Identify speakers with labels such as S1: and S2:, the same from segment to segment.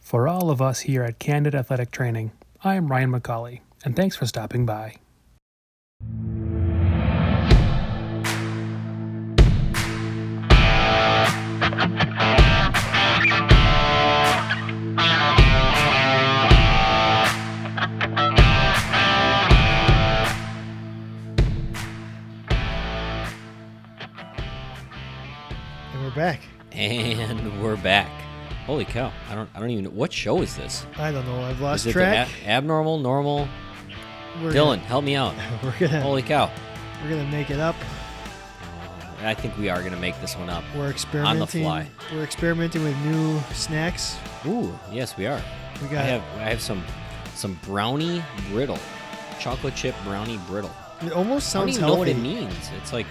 S1: For all of us here at Candid Athletic Training, I am Ryan McCauley, and thanks for stopping by.
S2: And we're back.
S3: And we're back. Holy cow! I don't. I don't even. know What show is this?
S2: I don't know. I've
S3: Is
S2: lost
S3: it the
S2: track.
S3: ab- abnormal, normal?
S2: We're
S3: Dylan, help me out.
S2: Gonna, we're gonna
S3: Holy cow!
S2: we're gonna make it up.
S3: And I think we are gonna make this one up.
S2: We're experimenting.
S3: fly.
S2: We're experimenting with new snacks.
S3: Ooh, yes, we are.
S2: We
S3: I
S2: got
S3: have. I have some. Some brownie brittle, chocolate chip brownie brittle.
S2: it. Almost
S3: I don't
S2: sounds
S3: even
S2: healthy.
S3: know what it means. It's like,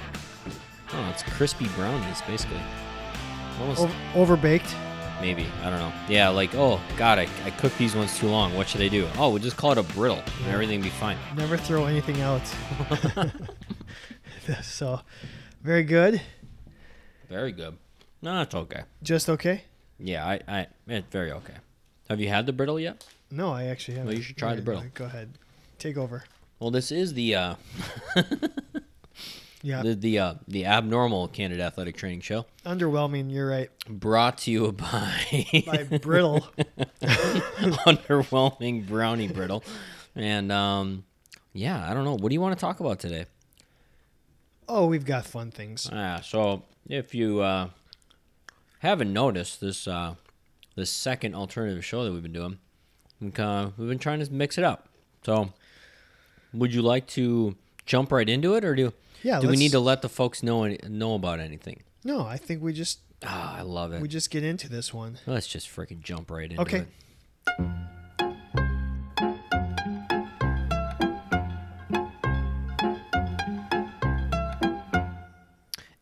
S3: oh, it's crispy brownies basically. Almost
S2: Over, overbaked.
S3: maybe I don't know. Yeah, like oh god, I, I cooked these ones too long. What should I do? Oh, we'll just call it a brittle, and everything be fine.
S2: Never throw anything out. so, very good.
S3: Very good. No, it's okay.
S2: Just okay.
S3: Yeah, I, I, it's very okay. Have you had the brittle yet?
S2: No, I actually haven't.
S3: you should try the
S2: Okay,
S3: brittle.
S2: Go ahead. Take over.
S3: Well, this is the uh,
S2: Yeah.
S3: the the, uh, the abnormal candid athletic training show
S2: Underwhelming. You're right.
S3: brought to you by
S2: By brittle.
S3: underwhelming brownie brittle, and um, yeah, I don't know. What do you want to talk about today?
S2: Oh, we've got fun things.
S3: Ah, so if you uh, haven't noticed this uh, this second alternative show that we've been doing, we ca- we've been trying to mix it up. So, would you like to jump right into it, or do
S2: Yeah,
S3: do we
S2: let's-
S3: need to let the folks know any- know about anything?
S2: No, I think we just
S3: Ah, I love it.
S2: we just get into this one.
S3: Let's just freaking jump right into
S2: Okay.
S3: it.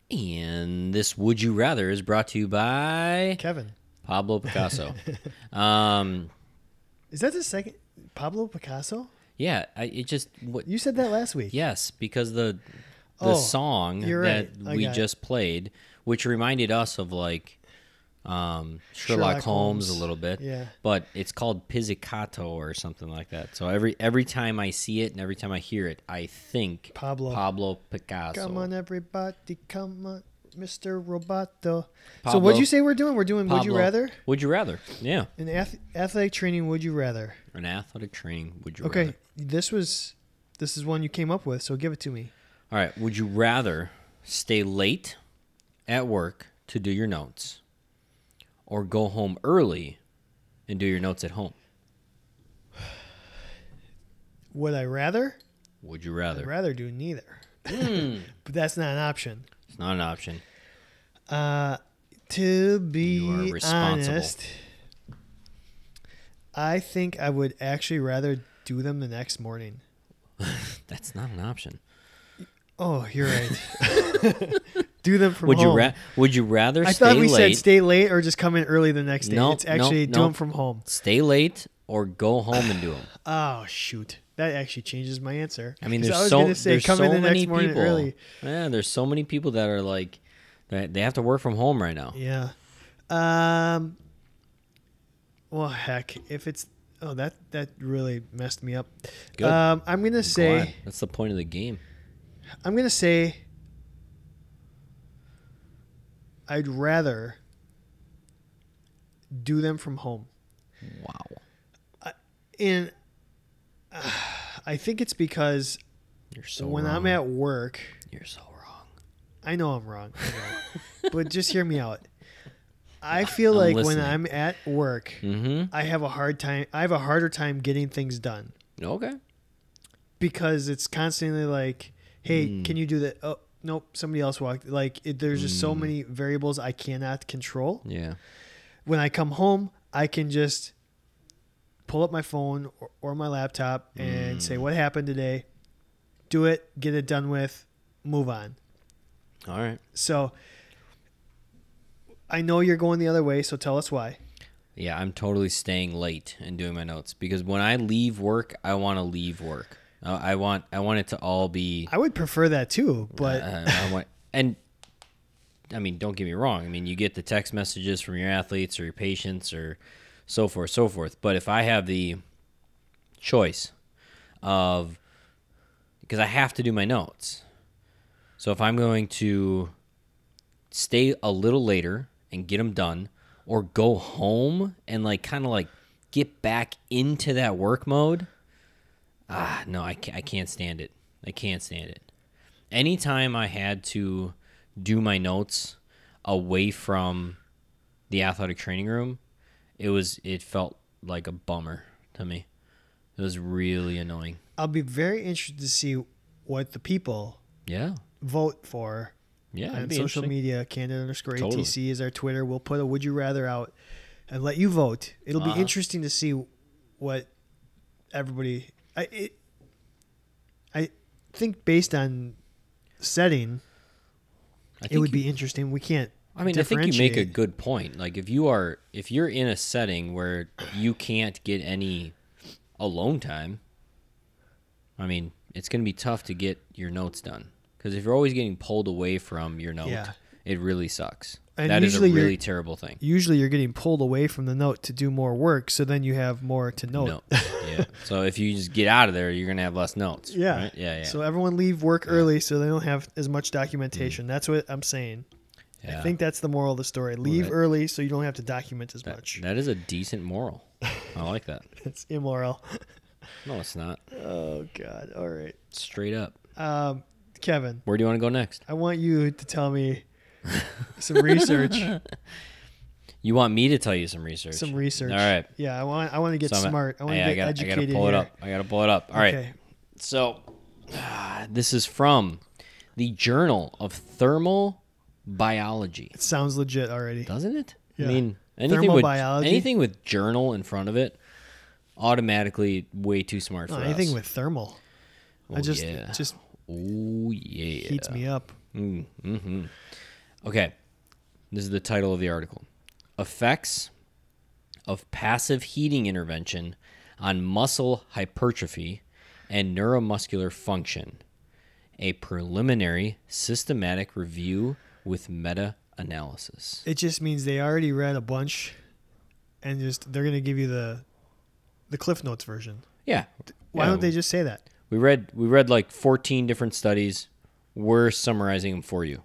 S3: And this Would You Rather is brought to you by
S2: Kevin,
S3: Pablo Picasso. um,
S2: is that the second Pablo Picasso?
S3: yeah, I, it just what
S2: You said that last week.
S3: Yes, because the the
S2: Oh,
S3: song
S2: you're
S3: that
S2: right. I
S3: we
S2: got it.
S3: just played, which reminded us of like um, Sherlock,
S2: Sherlock
S3: Holmes.
S2: Holmes.
S3: a little bit,
S2: Yeah.
S3: But it's called pizzicato or something like that. So every every time I see it and every time I hear it, I think
S2: Pablo.
S3: Pablo Picasso.
S2: Come on, everybody, come on, Mr. Roboto. So,
S3: Pablo-
S2: what'd you say we're doing? We're doing Would You
S3: Pablo-
S2: Rather?
S3: Would you rather? Yeah,
S2: An ath- athletic training Would You Rather.
S3: an athletic training. Would you
S2: Okay,
S3: rather?
S2: this was this is one you came up with, so give it to me.
S3: All right. Would you rather stay late at work to do your notes or go home early and do your notes at home?
S2: Would I rather?
S3: Would you
S2: I'd
S3: rather?
S2: rather do neither.
S3: Hmm.
S2: but that's not an option.
S3: It's not an option.
S2: Uh, to
S3: are
S2: be
S3: responsible.
S2: honest, I think I would actually rather do them the next morning.
S3: That's not an option.
S2: Oh, you're right. do them from
S3: Would
S2: home.
S3: you ra- would you rather
S2: I
S3: stay
S2: thought we
S3: late?
S2: said stay late or just come in early the next day.
S3: No,
S2: it's actually
S3: no,
S2: do
S3: no.
S2: them from home.
S3: stay late or go home and do them?
S2: Oh shoot, that actually changes my answer.
S3: I mean,
S2: 'Cause
S3: there's
S2: was
S3: so
S2: gonna say
S3: there's
S2: come
S3: so
S2: in the
S3: many
S2: next morning
S3: people.
S2: early.
S3: Yeah, there's so many people that are like that they have to work from home right now.
S2: Yeah. Um. Well, heck, if it's oh that that really messed me up.
S3: Good.
S2: Um, I'm gonna say
S3: Why? that's the point of the game.
S2: I'm gonna say I'd rather do them from home.
S3: Wow.
S2: And uh, I think it's because
S3: You're so
S2: when I'm
S3: wrong.
S2: at work,
S3: You're so wrong.
S2: I know I'm wrong, I know. but just hear me out. I feel
S3: I'm
S2: like
S3: listening.
S2: when I'm at work,
S3: Mhm.
S2: I have a hard time. I have a harder time getting things done
S3: Okay.
S2: because it's constantly like, "Hey,
S3: Hmm.
S2: can you do that?" Oh, nope, somebody else walked. Like, it, there's just
S3: Hmm.
S2: so many variables I cannot control.
S3: Yeah.
S2: When I come home, I can just pull up my phone or, or my laptop and say, "What happened today?" Do it, get it done with, move on.
S3: All right.
S2: So I know you're going the other way, so tell us why.
S3: Yeah, I'm totally staying late and doing my notes because when I leave work, I want to leave work. Uh, I want I want it to all be.
S2: I would prefer that too, but
S3: uh, I want and I mean, don't get me wrong. I mean, you get the text messages from your athletes or your patients or so forth, so forth. But if I have the choice of, because I have to do my notes. So if I'm going to stay a little later and get them done, or go home and like kind of like get back into that work mode, ah, no, I can't, I can't stand it. I can't stand it. Anytime I had to do my notes away from the athletic training room, it was it felt like a bummer to me. It was really annoying.
S2: I'll be very interested to see what the people
S3: Yeah.
S2: vote for
S3: Yeah. it'd
S2: on
S3: be
S2: social
S3: interesting.
S2: media. Canada underscore
S3: Totally.
S2: ATC is our Twitter. We'll put a would you rather out and let you vote. It'll
S3: Uh-huh.
S2: be interesting to see what everybody. I it, I think based on setting,
S3: I
S2: it
S3: think
S2: would
S3: you-
S2: be interesting. We can't.
S3: I mean, I think you make a
S2: differentiate.
S3: good point. Like if you are if you're in a setting where you can't get any alone time, I mean, it's going to be tough to get your notes done because if you're always getting pulled away from your note,
S2: Yeah.
S3: it really sucks.
S2: And
S3: that is a
S2: usually you're-
S3: really terrible thing.
S2: Usually, you're getting pulled away from the note to do more work, so then you have more to note.
S3: No. yeah. So if you just get out of there, you're going to have less notes.
S2: Yeah.
S3: right? Yeah, yeah.
S2: So everyone leave work early so they don't have as much documentation. That's what I'm saying.
S3: Mm. Yeah.
S2: I think that's the moral of the story. Leave
S3: that-
S2: early so you don't have to document as
S3: that,
S2: much.
S3: that is a decent moral. I like that.
S2: That's immoral.
S3: No, it's not.
S2: Oh god. All right.
S3: Straight up.
S2: Um, Kevin,
S3: Where do you want to go next?
S2: I want you to tell me some research.
S3: You want me to tell you some research?
S2: some research.
S3: All right.
S2: Yeah, I want I want to get
S3: So I'm-
S2: smart. I want to
S3: yeah,
S2: get
S3: gotta-
S2: educated.
S3: I gotta pull
S2: here.
S3: it up. I gotta pull it up. All right.
S2: Okay.
S3: So ah, this is from the Journal of Thermal Biology,
S2: It sounds legit already.
S3: doesn't it?
S2: Yeah.
S3: I mean, anything
S2: Thermal
S3: with
S2: biology?
S3: anything with journal in front of it, automatically way too smart for
S2: No,
S3: us.
S2: Oh, anything with thermal. I
S3: Oh,
S2: just
S3: yeah.
S2: just
S3: oh yeah,
S2: heats me up.
S3: Mm-hmm. Okay. This is the title of the article Effects of Passive Heating Intervention on Muscle Hypertrophy and Neuromuscular Function. A preliminary systematic review with meta analysis.
S2: It just means they already read a bunch, and just they're gonna give you the, the Cliff Notes version.
S3: Yeah.
S2: Why
S3: Yeah,
S2: don't they just say that?
S3: We read we read like 14 different studies. We're summarizing them for you.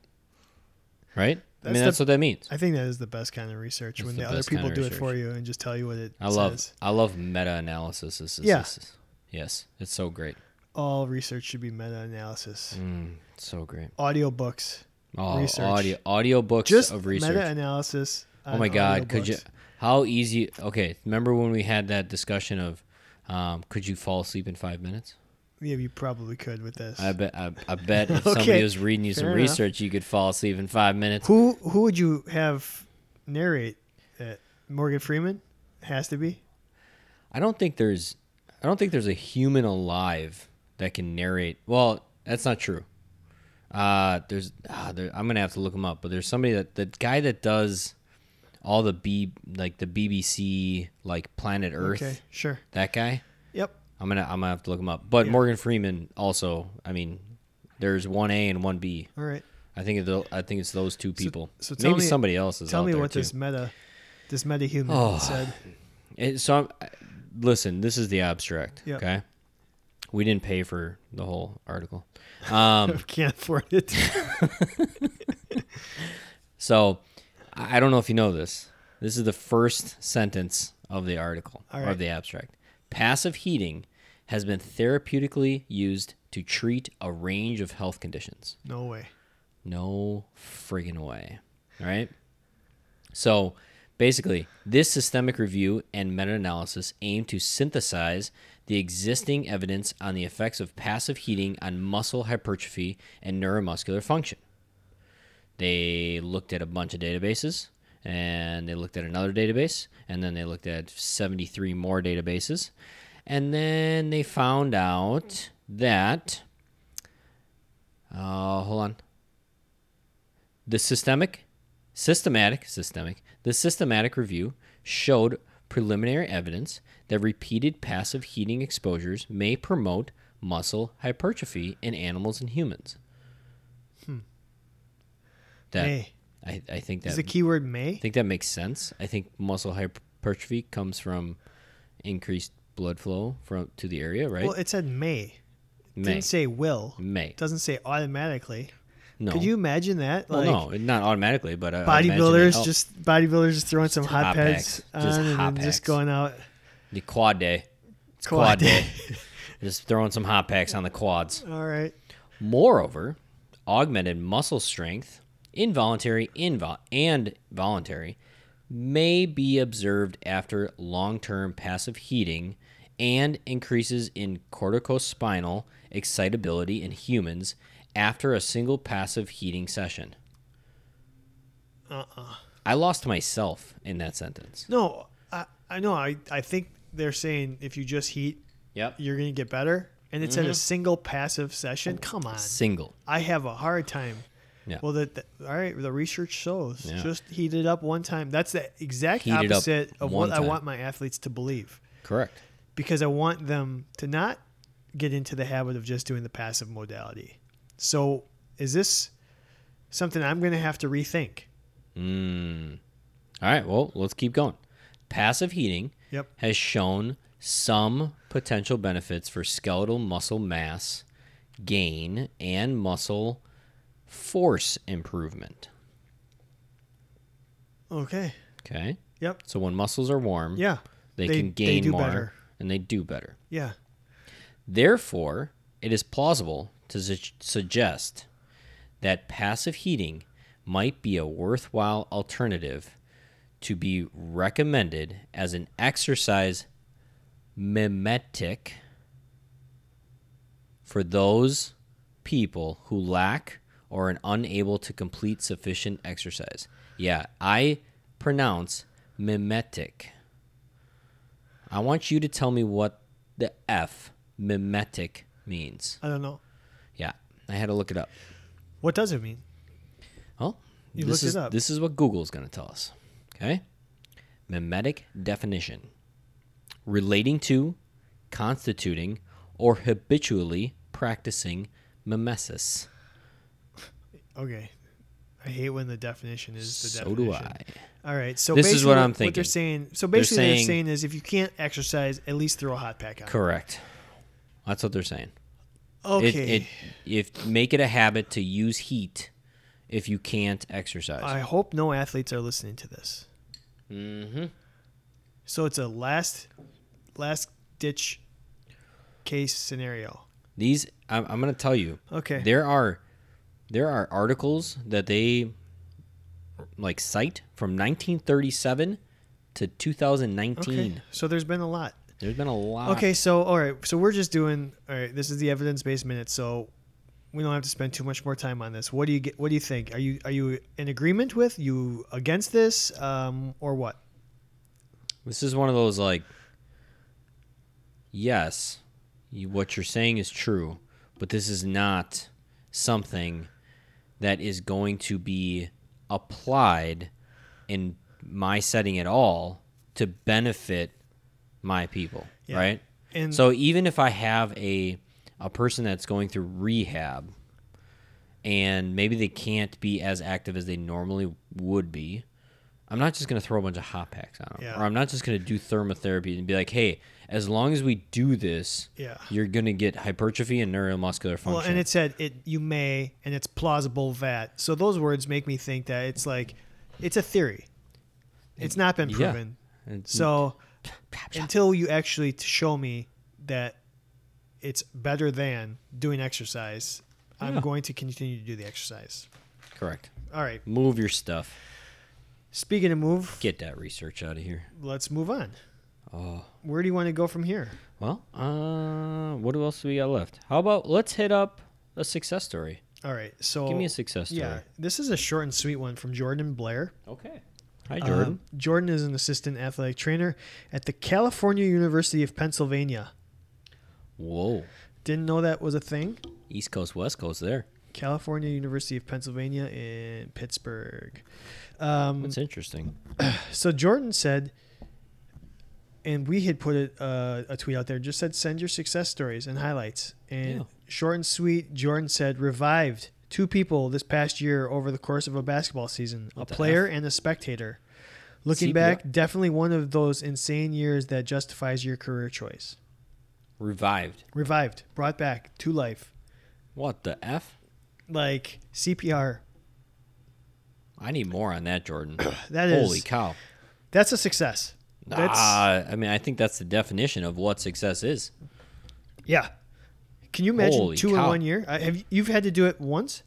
S3: Right? I
S2: That's
S3: mean
S2: the-
S3: that's what that means.
S2: I think that is the best kind of research when
S3: the
S2: the, other
S3: best kind
S2: people
S3: of
S2: do it
S3: research.
S2: for you and just tell you what it
S3: I love
S2: says.
S3: I love meta analysis. This is-
S2: Yeah.
S3: this is- Yes, it's so great.
S2: All research should be meta analysis.
S3: Mm. It's so great.
S2: Audiobooks.
S3: Oh,
S2: Research.
S3: audio audiobooks
S2: Just
S3: of research.
S2: meta analysis.
S3: oh my god, could you how easy Okay, remember when we had that discussion of um, could you fall asleep in 5 minutes?
S2: Yeah, you probably could with this.
S3: I bet I, I bet if
S2: Okay,
S3: somebody was reading you some
S2: fair enough.
S3: research you could fall asleep in 5 minutes.
S2: who who would you have narrate it? Morgan Freeman has to be.
S3: I don't think there's I don't think there's a human alive that can narrate. Well, that's not true. Uh, there's ah, there, I'm gonna have to look him up, but there's somebody that the guy that does all the B like the BBC like Planet Earth
S2: Okay, sure.
S3: that guy.
S2: Yep.
S3: I'm gonna I'm gonna have to look him up. But
S2: Yeah.
S3: Morgan Freeman also. I mean, there's one A and one B.
S2: All right.
S3: I think it's I think it's those two people.
S2: so tell
S3: Maybe
S2: me-
S3: somebody else is.
S2: Tell
S3: out
S2: me
S3: there
S2: what
S3: too.
S2: this meta, this meta human
S3: Oh.
S2: said.
S3: It, so I'm, I- listen, this is the abstract.
S2: Yeah.
S3: Okay. We didn't pay for the whole article. Um,
S2: Can't afford it.
S3: so I I don't know if you know this. This is the first sentence of the article
S2: All
S3: or
S2: right.
S3: of the abstract. Passive heating has been therapeutically used to treat a range of health conditions.
S2: No way.
S3: No friggin' way. All right. So basically, this systemic review and meta analysis aim to synthesize the existing evidence on the effects of passive heating on muscle hypertrophy and neuromuscular function. They looked at a bunch of databases and they looked at another database and then they looked at 73 more databases. And then they found out that. Uh, hold on the systemic systematic systemic the systematic review showed preliminary evidence that repeated passive heating exposures may promote muscle hypertrophy in animals and humans that
S2: May.
S3: I, I think
S2: Is
S3: that
S2: the keyword May?
S3: I think that makes sense. I think muscle hyper hypertrophy comes from increased blood flow from to the area, right?
S2: Well, it said may. It
S3: May.
S2: Didn't say will.
S3: May.
S2: It doesn't say automatically.
S3: No.
S2: Could you imagine that?
S3: Well,
S2: Like
S3: no, not automatically, but uh, I- I imagine it
S2: bodybuilders
S3: helps.
S2: just bodybuilders just throwing some
S3: Just
S2: hot
S3: hot
S2: pads
S3: packs.
S2: on
S3: Just
S2: and
S3: hot
S2: then just
S3: packs.
S2: going out.
S3: the quad day. It's
S2: Quad
S3: quad,
S2: day.
S3: day. just throwing some hot packs on the quads.
S2: All right.
S3: Moreover, augmented muscle strength, involuntary invo- and voluntary, may be observed after long term passive heating and increases in corticospinal excitability in humans after a single passive heating session.
S2: Uh-uh.
S3: I lost myself in that sentence.
S2: No, I I know. I I think they're saying if you just heat,
S3: Yep.
S2: you're gonna get better. And it's at
S3: Mm-hmm.
S2: a single passive session. Come on,
S3: Single.
S2: I have a hard time.
S3: Yeah.
S2: Well, that that- all right. The research shows
S3: Yeah.
S2: just heat it up one time. That's the exact
S3: Heat it up
S2: opposite of what
S3: one
S2: I
S3: time.
S2: want my athletes to believe.
S3: Correct.
S2: because I want them to not get into the habit of just doing the passive modality. So, is this something I'm going to have to rethink?
S3: All right, well, let's keep going. Passive heating
S2: Yep.
S3: has shown some potential benefits for skeletal muscle mass gain and muscle force improvement.
S2: Okay.
S3: Okay.
S2: Yep.
S3: So when muscles are warm,
S2: Yeah.
S3: they,
S2: They-
S3: can
S2: they
S3: gain
S2: do
S3: more
S2: better.
S3: and they do better.
S2: Yeah.
S3: Therefore, it is plausible to su- suggest that passive heating might be a worthwhile alternative to be recommended as an exercise mimetic for those people who lack or are unable to complete sufficient exercise. Yeah, I pronounce mimetic. I want you to tell me what the F mimetic means.
S2: I don't know.
S3: Yeah, I had to look it up.
S2: What does it mean?
S3: Well,
S2: You
S3: this
S2: looked it
S3: is
S2: up.
S3: this is what Google's going to tell us. Okay, mimetic definition: relating to, constituting, or habitually practicing mimesis.
S2: Okay. I hate when the definition is the
S3: So
S2: definition.
S3: do I.
S2: All right. So
S3: This is
S2: basically
S3: what I'm
S2: What they're
S3: thinking.
S2: saying. So basically, they're saying,
S3: saying-
S2: is if you can't exercise, at least throw a hot pack on.
S3: Correct. That's what they're saying. It,
S2: Okay.
S3: it, if make it a habit to use heat if you can't exercise.
S2: I hope no athletes are listening to this.
S3: Mhm.
S2: So it's a last, last ditch case scenario.
S3: These I'm, I'm going to tell you.
S2: Okay.
S3: There are there are articles that they like cite from 1937 to 2019.
S2: Okay. So there's been a lot.
S3: There's been a lot.
S2: Okay. So all right. So we're just doing all right. This is the evidence based minute. So we don't have to spend too much more time on this. What do you get? What do you think? Are you are you in agreement with you against this um, or what?
S3: This is one of those like yes, you, what you're saying is true, but this is not something that is going to be applied in my setting at all to benefit my people,
S2: Yeah.
S3: right?
S2: And
S3: so even if I have a a person that's going through rehab and maybe they can't be as active as they normally would be, I'm not just going to throw a bunch of hot packs on them.
S2: Yeah.
S3: Or I'm not just going to do thermotherapy and be like, "Hey, as long as we do this,
S2: Yeah.
S3: you're going to get hypertrophy and neuromuscular function."
S2: well, and it said it you may and it's plausible that. So those words make me think that it's like it's a theory. It's not been
S3: Yeah.
S2: proven.
S3: It's-
S2: So until you actually t- show me that it's better than doing exercise, I'm
S3: Yeah.
S2: going to continue to do the exercise.
S3: correct.
S2: All right.
S3: Move your stuff.
S2: Speaking of move,
S3: Get that research out of here.
S2: let's move on.
S3: Oh.
S2: Where do you want to go from here?
S3: Well, uh, what else do we got left? How about let's hit up a success story.
S2: All right. So
S3: Give me a success story.
S2: Yeah, this is a short and sweet one from Jordan Blair.
S3: Okay. Hi, Jordan.
S2: Um, Jordan is an assistant athletic trainer at the California University of Pennsylvania.
S3: Whoa.
S2: Didn't know that was a thing.
S3: East Coast, West Coast there.
S2: California University of Pennsylvania in Pittsburgh. Um,
S3: That's interesting.
S2: So Jordan said, and we had put a, uh, a tweet out there, just said, send your success stories and highlights. And
S3: Yeah.
S2: short and sweet, Jordan said, revived two people this past year over the course of a basketball season
S3: What
S2: a
S3: the
S2: player and a spectator. Looking
S3: See,
S2: back, definitely one of those insane years that justifies your career choice.
S3: Revived.
S2: Revived, brought back to life,
S3: What the f?
S2: like CPR.
S3: I need more on that, Jordan.
S2: That is
S3: Holy cow.
S2: that's a success. That's
S3: Ah, I mean, I think that's the definition of what success is.
S2: yeah. Can you imagine
S3: Holy
S2: two in
S3: cow.
S2: one year? I, have you- you've had to do it once?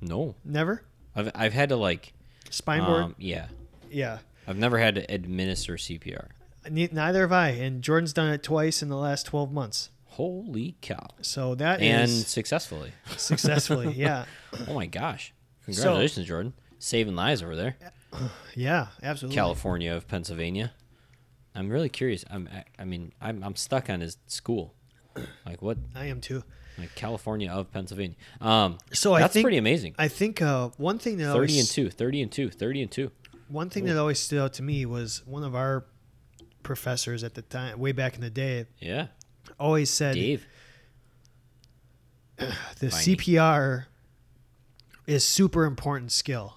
S3: No,
S2: Never.
S3: I've I've had to like,
S2: Spine board.
S3: um, yeah,
S2: yeah.
S3: I've never had to administer CPR.
S2: Ne- Neither have I, and Jordan's done it twice in the last twelve months.
S3: Holy cow!
S2: So that is
S3: And successfully.
S2: successfully, yeah,
S3: Oh my gosh! Congratulations, Jordan, saving lives over there,
S2: yeah, absolutely.
S3: California of Pennsylvania. I'm really curious. I'm I, I mean I'm I'm stuck on his school, like what
S2: I am too.
S3: like California of Pennsylvania. Um,
S2: So I
S3: that's
S2: think-
S3: pretty amazing.
S2: I think uh, one thing that
S3: Thirty and
S2: always,
S3: two, 30 and two, 30 and two.
S2: one thing that always stood out to me was one of our professors at the time, way back in the day,
S3: Yeah,
S2: always said
S3: Dave.
S2: the
S3: Viney.
S2: CPR is super important skill.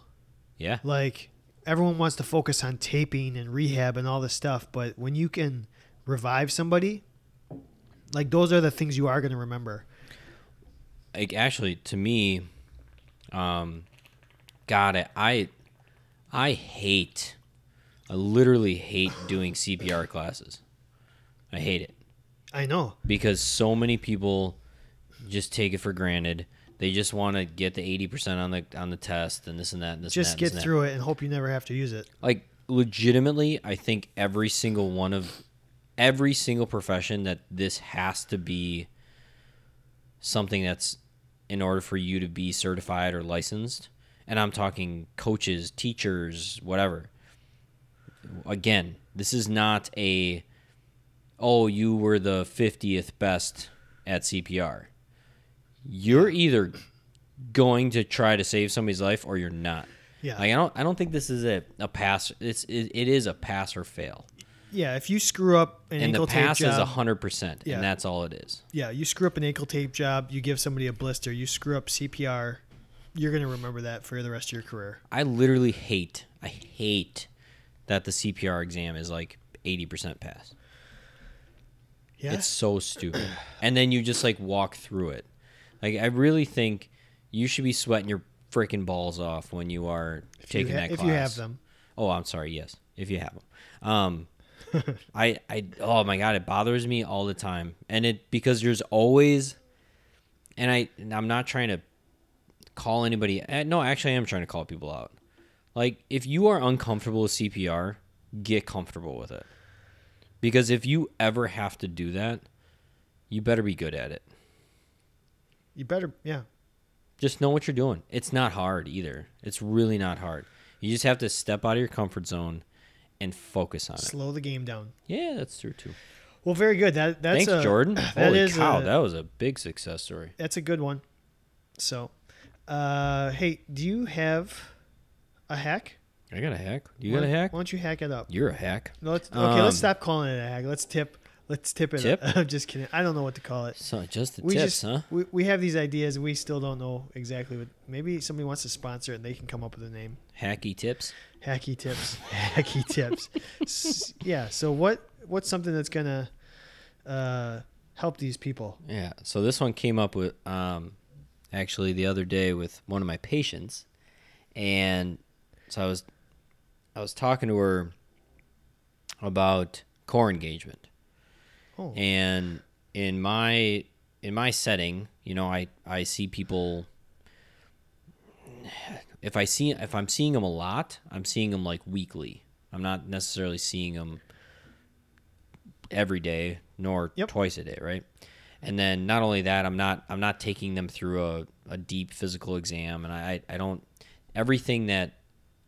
S3: Yeah,
S2: Like everyone wants to focus on taping and rehab and all this stuff, but when you can revive somebody, like those are the things you are going to remember.
S3: like actually to me um god I, I i hate i literally hate doing cpr classes i hate it
S2: I know.
S3: because so many people just take it for granted they just want to get the 80% on the on the test and this and that and this
S2: Just
S3: and that and
S2: get
S3: this and that
S2: through it and hope you never have to use it.
S3: like legitimately i think every single one of every single profession that this has to be something that's in order for you to be certified or licensed and i'm talking coaches teachers whatever again this is not a oh you were the 50th best at cpr you're either going to try to save somebody's life or you're not
S2: Yeah.
S3: like, I don't. I don't think this is a, a pass. It's it, it is a pass or fail,
S2: Yeah, if you screw up an
S3: and
S2: ankle
S3: the pass
S2: tape
S3: is
S2: job,
S3: hundred percent,
S2: Yeah.
S3: and that's all it is.
S2: yeah, you screw up an ankle tape job, you give somebody a blister, you screw up CPR, you're going to remember that for the rest of your career.
S3: I literally hate. I hate that the CPR exam is like eighty percent pass.
S2: Yeah.
S3: It's so stupid. and then you just like walk through it. Like I really think you should be sweating your freaking balls off when you are
S2: you
S3: taking
S2: ha-
S3: that
S2: if
S3: class.
S2: you have them.
S3: Oh, I'm sorry. Yes, if you have them. Um, I I oh my god, it bothers me all the time, and it because there's always, and I and I'm not trying to call anybody. eh, No, actually, I am trying to call people out. Like if you are uncomfortable with CPR, get comfortable with it, because if you ever have to do that, you better be good at it.
S2: You better, yeah.
S3: Just know what you're doing. It's not hard either. It's really not hard. You just have to step out of your comfort zone and focus on it.
S2: Slow the game down.
S3: Yeah, that's true too.
S2: Well, very good. That that's
S3: Thanks,
S2: a,
S3: Jordan.
S2: That
S3: Holy
S2: is
S3: cow,
S2: a-
S3: that was a big success story.
S2: That's a good one. So, uh, hey, do you have a hack?
S3: I got a hack. You
S2: Why-
S3: got a hack?
S2: Why don't you hack it up?
S3: You're a hack.
S2: No, let's, okay, let's
S3: Um,
S2: stop calling it a hack. Let's tip. Let's tip it.
S3: Tip?
S2: I'm just kidding. I don't know what to call it.
S3: So just the
S2: We
S3: tips,
S2: just
S3: huh?
S2: we, we have these ideas. And we still don't know exactly what. Maybe somebody wants to sponsor it. and They can come up with a name.
S3: Hacky tips.
S2: Hacky tips. hacky tips. S- yeah. So what what's something that's gonna uh, help these people?
S3: Yeah. So this one came up with um, actually the other day with one of my patients, and so I was I was talking to her about core engagement,
S2: Oh.
S3: and in my in my setting, you know, I I see people. If I see if I'm seeing them a lot, I'm seeing them like weekly. I'm not necessarily seeing them every day nor
S2: Yep.
S3: twice a day, right? And then not only that, I'm not I'm not taking them through a, a deep physical exam and I, I don't everything that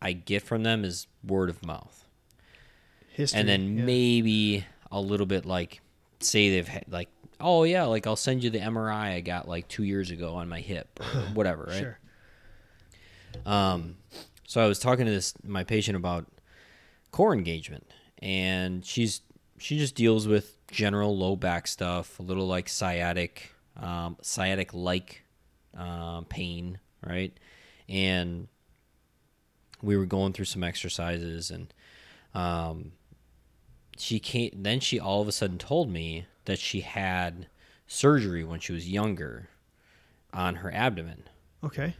S3: I get from them is word of mouth.
S2: History.
S3: and then
S2: yeah.
S3: maybe a little bit like say they've had like oh yeah, like I'll send you the MRI I got like two years ago on my hip or whatever, right? Um,
S2: Sure.
S3: So I was talking to this my patient about core engagement, and she's she just deals with general low back stuff, a little like sciatic, um, sciatic like um, pain, right? And we were going through some exercises, and um, she came. Then she all of a sudden told me that she had surgery when she was younger on her abdomen,
S2: Okay.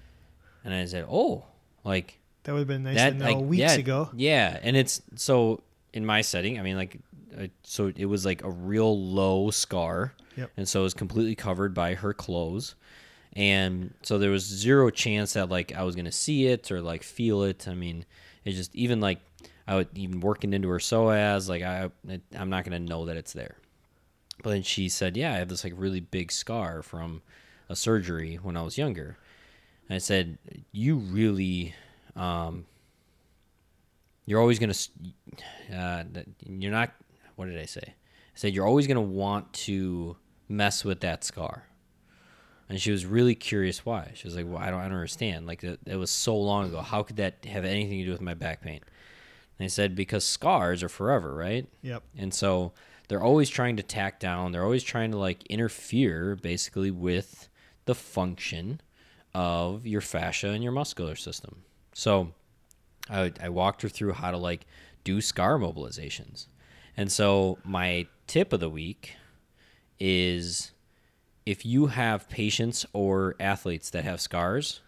S3: and I said, "Oh, like
S2: That would have been nice
S3: that
S2: to know
S3: like,
S2: weeks
S3: yeah,
S2: ago.
S3: Yeah, and it's so in my setting. I mean, like, uh, so it was like a real low scar,
S2: Yep.
S3: and so it was completely covered by her clothes, and so there was zero chance that like I was gonna see it or like feel it. I mean, it just even like I would even working into her psoas, like I it, I'm not gonna know that it's there. But then she said, "Yeah, I have this like really big scar from a surgery when I was younger." And I said, "You really you're always gonna s- uh, that- you're not what did i say i said you're always gonna want to mess with that scar and she was really curious why she was like well i don't, I don't understand like it, it was so long ago how could that have anything to do with my back pain and i said because scars are forever right
S2: Yep.
S3: and so they're always trying to tack down, they're always trying to like interfere basically with the function of your fascia and your muscular system. So I, I walked her through how to like do scar mobilizations. And so my tip of the week is if you have patients or athletes that have scars,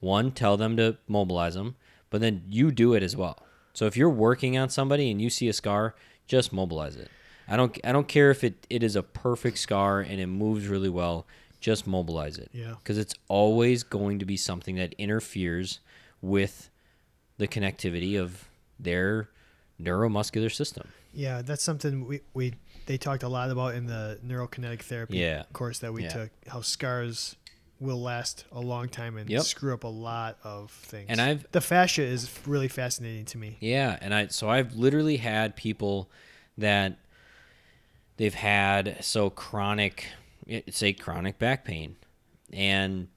S3: one, tell them to mobilize them, but then you do it as well. So if you're working on somebody and you see a scar, just mobilize it. I don't I don't care if it, it is a perfect scar and it moves really well, just mobilize it.
S2: Yeah.
S3: Because it's always going to be something that interferes with the connectivity of their neuromuscular system.
S2: Yeah, that's something we, we they talked a lot about in the neurokinetic therapy
S3: Yeah.
S2: course that we
S3: Yeah.
S2: took. How scars will last a long time and
S3: Yep.
S2: screw up a lot of things.
S3: And I've-
S2: the fascia is really fascinating to me.
S3: Yeah, and I so I've literally had people that they've had so chronic, say chronic back pain, and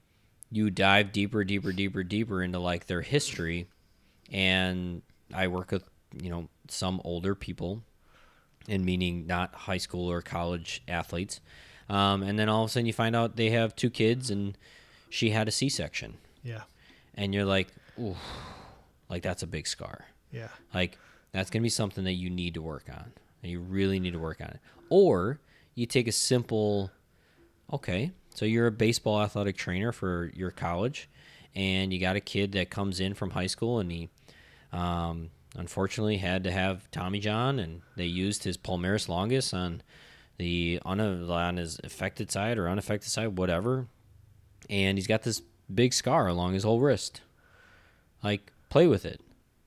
S3: you dive deeper, deeper, deeper, deeper into like their history, and I work with you know some older people, and meaning not high school or college athletes, um, and then all of a sudden you find out they have two kids and she had a C section,
S2: Yeah,
S3: and you're like, ooh, like that's a big scar
S2: yeah,
S3: like that's going to be something that you need to work on and you really need to work on it or you take a simple okay so you're a baseball athletic trainer for your college and you got a kid that comes in from high school and he um, unfortunately had to have tommy john and they used his palmaris longus on the on, a, on his affected side or unaffected side whatever and he's got this big scar along his whole wrist like play with it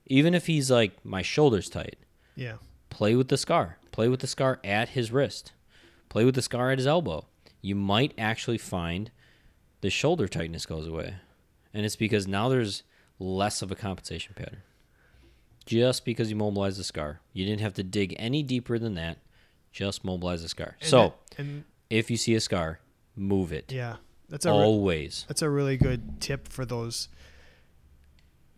S3: even if he's like my shoulders tight
S2: yeah,
S3: play with the scar play with the scar at his wrist play with the scar at his elbow you might actually find the shoulder tightness goes away and it's because now there's less of a compensation pattern just because you mobilize the scar you didn't have to dig any deeper than that just mobilize the scar
S2: And
S3: so
S2: that- and
S3: if you see a scar move it
S2: yeah, that's a re-
S3: always
S2: that's a really good tip for those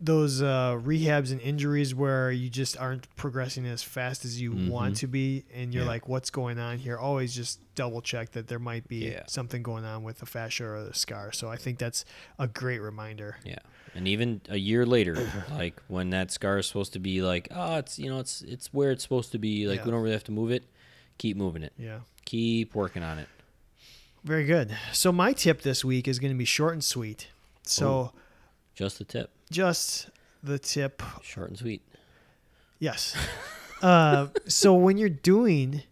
S2: those uh, rehabs and injuries where you just aren't progressing as fast as you want to be and you're
S3: Mm-hmm. Yeah.
S2: like what's going on here always just double check that there might be
S3: Yeah.
S2: something going on with the fascia or the scar so i think that's a great reminder
S3: Yeah. And even a year later, like when that scar is supposed to be like, oh, it's you know, it's it's where it's supposed to be. Like
S2: Yeah.
S3: we don't really have to move it. Keep moving it.
S2: yeah
S3: Keep working on it.
S2: very good so my tip this week is going to be short and sweet so
S3: Just the tip,
S2: just the tip
S3: short and sweet.
S2: yes uh, so when you're doing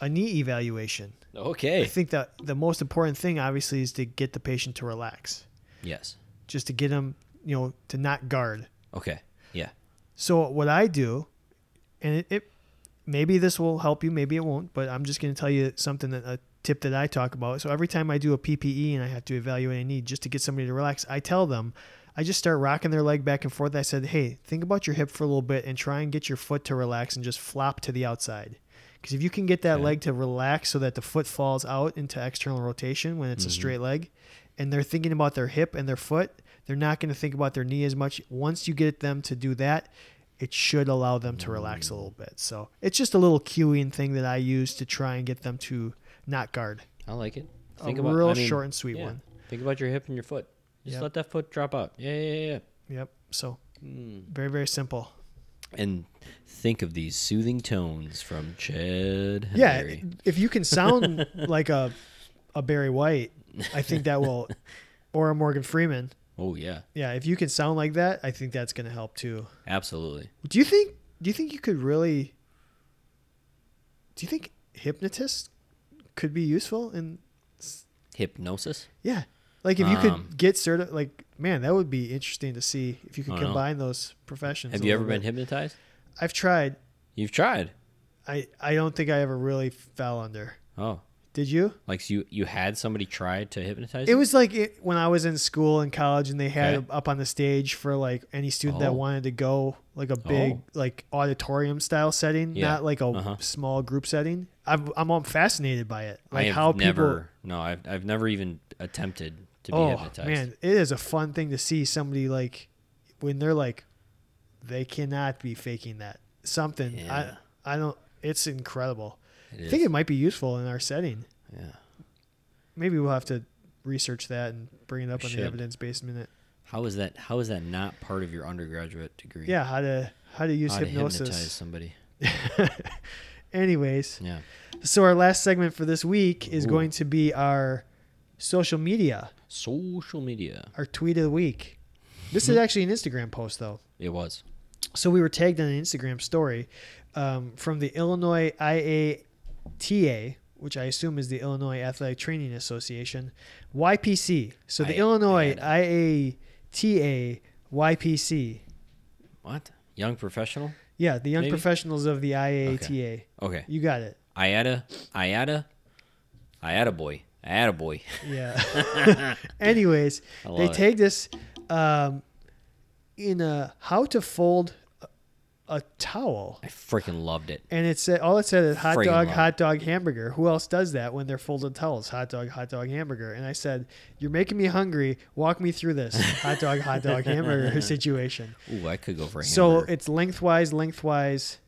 S2: a knee evaluation I
S3: Okay.
S2: think that the most important thing, obviously, is to get the patient to relax,
S3: Yes.
S2: just to get them, you know, to not guard.
S3: Okay. Yeah.
S2: So what I do, and it, it maybe this will help you, maybe it won't, but I'm just going to tell you something that a tip that I talk about. So every time I do a PPE and I have to evaluate a knee just to get somebody to relax, I tell them. I just start rocking their leg back and forth. I said, "Hey, think about your hip for a little bit and try and get your foot to relax and just flop to the outside." Because if you can get that
S3: Okay.
S2: leg to relax so that the foot falls out into external rotation when it's a straight leg, and they're thinking about their hip and their foot, they're not going to think about their knee as much. Once you get them to do that, it should allow them to relax a little bit. So it's just a little cueing thing that I use to try and get them to not guard.
S3: I like it.
S2: A
S3: Think about
S2: real
S3: I mean,
S2: short and sweet
S3: yeah.
S2: one.
S3: Think about your hip and your foot. Just
S2: Yep.
S3: let that foot drop out. Yeah. Yeah. Yeah. yeah.
S2: Yep. So very, very simple.
S3: And think of these soothing tones from Chad
S2: Yeah,
S3: Henry.
S2: if you can sound like a a Barry White, I think that will, or a Morgan Freeman.
S3: Oh yeah,
S2: Yeah, if you can sound like that, I think that's going to help too.
S3: absolutely.
S2: Do you think? Do you think you could really? Do you think hypnotists could be useful in?
S3: Hypnosis.
S2: Yeah, like if you
S3: Um,
S2: could get certi like man, that would be interesting to see if you
S3: I
S2: could
S3: know.
S2: combine those professions.
S3: Have
S2: a
S3: you ever
S2: little
S3: been
S2: bit.
S3: hypnotized?
S2: I've tried.
S3: You've tried.
S2: I I don't think I ever really fell under.
S3: Oh,
S2: Did you?
S3: like you you had somebody try to hypnotize
S2: It
S3: you?
S2: was like it, when I was in school and college, and they had
S3: Okay.
S2: up on the stage for like any student
S3: Oh.
S2: that wanted to go, like a big
S3: Oh.
S2: like auditorium style setting,
S3: Yeah.
S2: not like a
S3: Uh-huh.
S2: small group setting. I'm I'm all fascinated by it, like
S3: I have
S2: how people.
S3: never. No, I've I've never even attempted to be
S2: oh
S3: hypnotized.
S2: man, it is a fun thing to see somebody like when they're like, they cannot be faking that something.
S3: Yeah.
S2: I I don't. It's incredible. I
S3: It is.
S2: think it might be useful in our setting.
S3: yeah.
S2: Maybe we'll have to research that and bring it up
S3: We
S2: on
S3: should.
S2: the evidence based minute.
S3: How is that? How is that not part of your undergraduate degree?
S2: Yeah, how to how to use
S3: How to hypnotize
S2: hypnosis.
S3: somebody.
S2: Anyways,
S3: Yeah.
S2: so our last segment for this week is
S3: Ooh.
S2: going to be our social media,
S3: Social media.
S2: our tweet of the week. This
S3: Mm-hmm.
S2: is actually an Instagram post though.
S3: It was.
S2: So we were tagged in an Instagram story um, from the Illinois IATA, which I assume is the Illinois Athletic Training Association, YPC. So the
S3: I-
S2: Illinois
S3: I
S2: IATA YPC.
S3: What? Young professional.
S2: Yeah, the young
S3: Maybe?
S2: professionals of the IATA.
S3: Okay.
S2: You got it.
S3: Iata. Iata. Iata boy. Iata boy.
S2: Yeah. Anyways,
S3: I
S2: they
S3: love it.
S2: take this um, in a how to fold a- a towel,
S3: I freaking loved it.
S2: and it said all it said is hot
S3: Friggin'
S2: dog,
S3: love
S2: hot dog, hamburger. Who else does that when they're folded towels? Hot dog, hot dog, hamburger. And I said, "You're making me hungry. Walk me through this hot dog, hot dog, hamburger situation."
S3: Ooh, I could go for a
S2: So
S3: hamburger.
S2: it's lengthwise, lengthwise,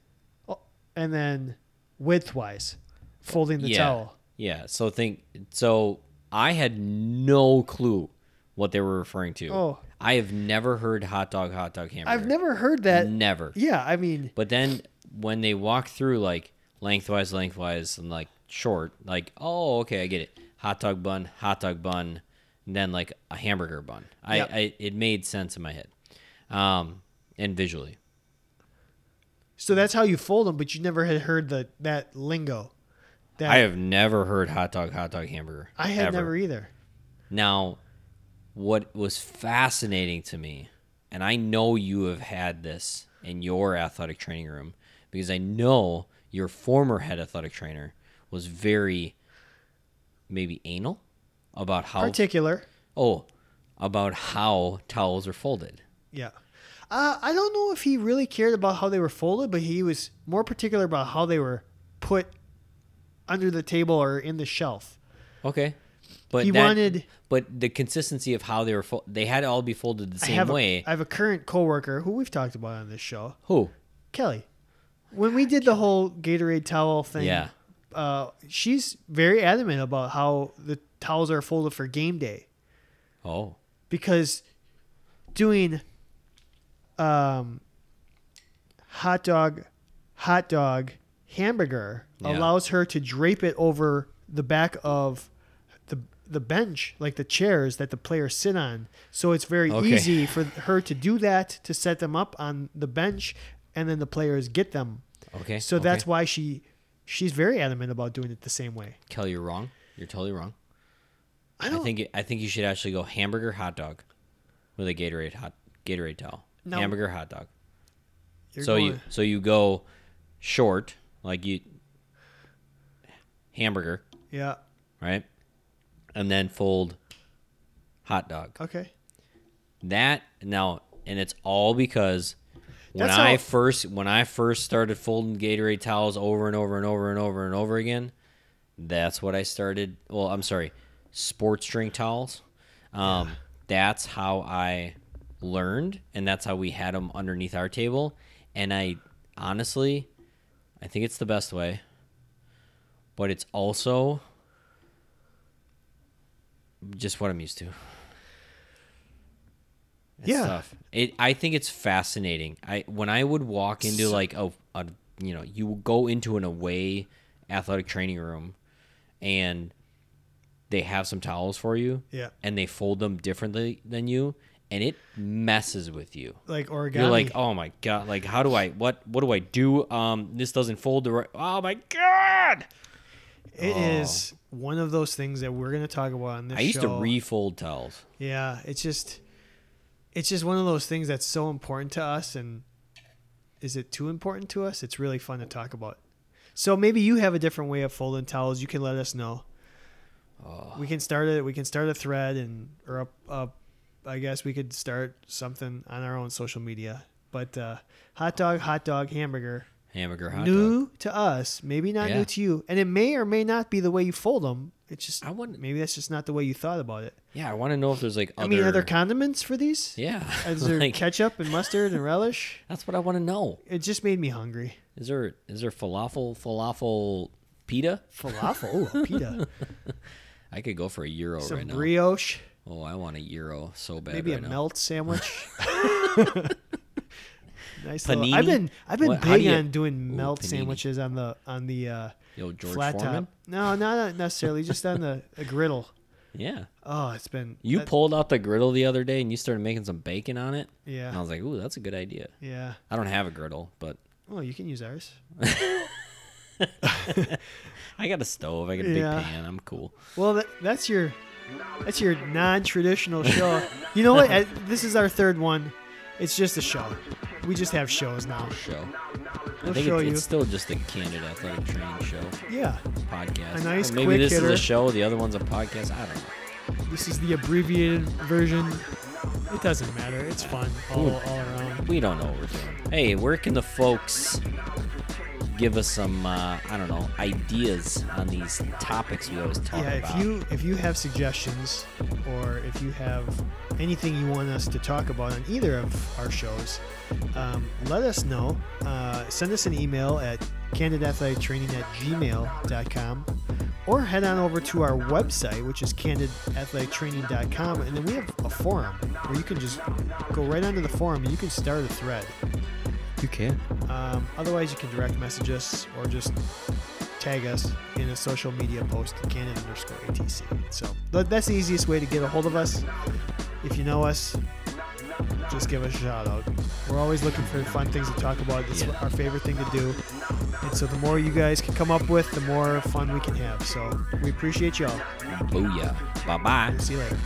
S2: oh, and then widthwise, folding the
S3: yeah.
S2: towel.
S3: Yeah. So think. So I had no clue what they were referring to.
S2: Oh.
S3: I have never heard hot dog, hot dog hamburger.
S2: I've never heard that.
S3: Never.
S2: Yeah, I mean,
S3: But then when they walk through like lengthwise, lengthwise, and like short, like oh okay, I get it. Hot dog bun, hot dog bun, and then like a hamburger bun. I,
S2: Yep.
S3: I it made sense in my head, um, and visually.
S2: So that's how you fold them, but you never had heard the that lingo. That
S3: I have never heard hot dog, hot dog, hamburger.
S2: I had
S3: ever.
S2: never either.
S3: Now, what was fascinating to me, and I know you have had this in your athletic training room because I know your former head athletic trainer was very maybe anal about how
S2: Particular.
S3: oh about how towels are folded.
S2: Yeah. Uh, I don't know if he really cared about how they were folded, but he was more particular about how they were put under the table or in the shelf.
S3: Okay. But
S2: He
S3: that-
S2: wanted-
S3: but the consistency of how they were fol- they had to all be folded the
S2: I
S3: same
S2: have
S3: way.
S2: A, I have a current coworker who we've talked about on this show,
S3: Who?
S2: Kelly. When we did the whole Gatorade towel thing,
S3: Yeah.
S2: uh, she's very adamant about how the towels are folded for game day.
S3: Oh.
S2: because doing um, hot dog, hot dog, hamburger
S3: Yeah.
S2: allows her to drape it over the back of the the bench, like the chairs that the players sit on. So it's very
S3: Okay.
S2: easy for her to do that to set them up on the bench, and then the players get them.
S3: Okay.
S2: So
S3: okay.
S2: that's why she she's very adamant about doing it the same way.
S3: Kelly, you're wrong. You're totally wrong.
S2: I
S3: I
S2: don't
S3: think I think you should actually go hamburger hot dog with a Gatorade hot Gatorade towel.
S2: No.
S3: Hamburger hot dog.
S2: you're
S3: so you
S2: going-
S3: so you go short like you hamburger,
S2: yeah
S3: right? And then fold hot dog.
S2: okay
S3: That now and it's all because when
S2: That's
S3: I
S2: how-
S3: first when I first started folding Gatorade towels over and over and over and over and over again, that's what I started. Well, I'm sorry, sports drink towels. Um, That's how I learned, and that's how we had them underneath our table. And I honestly, I think it's the best way, but it's also just what I'm used to. It's
S2: Yeah.
S3: tough. It, I think it's fascinating. I when I would walk into like a, a you know you will go into an away athletic training room, and they have some towels for you.
S2: Yeah.
S3: and they fold them differently than you, and it messes with you.
S2: Like origami.
S3: You're like, oh my god! Like, how do I? What? What do I do? Um, this doesn't fold the right. Oh my god!
S2: It is one of those things that we're gonna talk about on this.
S3: Oh. I used
S2: show.
S3: to refold towels.
S2: Yeah, it's just, it's just one of those things that's so important to us, and is it too important to us? It's really fun to talk about. So maybe you have a different way of folding towels. You can let us know.
S3: Oh.
S2: We can start it. We can start a thread, and or up, up. I guess we could start something on our own social media. But uh, hot dog, hot dog, hamburger.
S3: Hamburger hot dog.
S2: new to us, maybe not
S3: Yeah.
S2: new to you, and it may or may not be the way you fold them. It's just
S3: I wouldn't-
S2: maybe that's just not the way you thought about it.
S3: Yeah, I want to know if there's like other.
S2: I mean, are there condiments for these?
S3: yeah,
S2: Is there
S3: like,
S2: ketchup and mustard and relish?
S3: that's what I want to know.
S2: It just made me hungry.
S3: Is there is there falafel falafel pita?
S2: Falafel, oh, a pita,
S3: I could go for a euro
S2: some
S3: right now.
S2: brioche,
S3: Oh, I want a euro so bad
S2: maybe
S3: right
S2: a
S3: now.
S2: melt sandwich. nice.
S3: Panini?
S2: Little, I've been I've been
S3: What- how
S2: big
S3: do you-
S2: on doing
S3: Ooh,
S2: melt
S3: panini.
S2: sandwiches on the on the uh,
S3: Yo, George
S2: flat
S3: Foreman.
S2: top. No, not necessarily. Just on the a griddle.
S3: Yeah,
S2: Oh, it's been
S3: you
S2: that-
S3: pulled out the griddle the other day and you started making some bacon on it. And I
S2: yeah
S3: was like, ooh, that's a good idea.
S2: yeah.
S3: I don't have a griddle, but
S2: Well, you can use ours.
S3: I got a stove. I got a big
S2: Yeah.
S3: pan. I'm cool.
S2: Well, that, that's your that's your non-traditional show. You know what? Uh, This is our third one. It's just a show. We just have shows now.
S3: Show. I
S2: We'll
S3: think
S2: show
S3: it's,
S2: you.
S3: it's still just a candid athletic training show
S2: Yeah,
S3: podcast.
S2: A nice
S3: Or maybe
S2: quick
S3: this is
S2: hitter.
S3: a show. The other one's a podcast. I don't know.
S2: this is the abbreviated version. It doesn't matter. It's fun all, all around.
S3: We don't know what we're doing. Hey, where can the folks give us some, uh, I don't know, ideas on these topics we always talk
S2: Yeah,
S3: about?
S2: if you if you have suggestions or if you have anything you want us to talk about on either of our shows, um, let us know. Uh, send us an email at candidathletictraining at gmail.com or head on over to our website, which is candidathletictraining.com, and then we have a forum where you can just go right onto the forum and you can start a thread.
S3: you can.
S2: Um, otherwise, you can direct message us or just tag us in a social media post, canon underscore ATC. So tha- that's the easiest way to get a hold of us. If you know us, just give us a shout out. We're always looking for fun things to talk about. It's
S3: Yeah.
S2: our favorite thing to do. And so the more you guys can come up with, the more fun we can have. So we appreciate y'all.
S3: Booyah. Bye bye.
S2: See you later.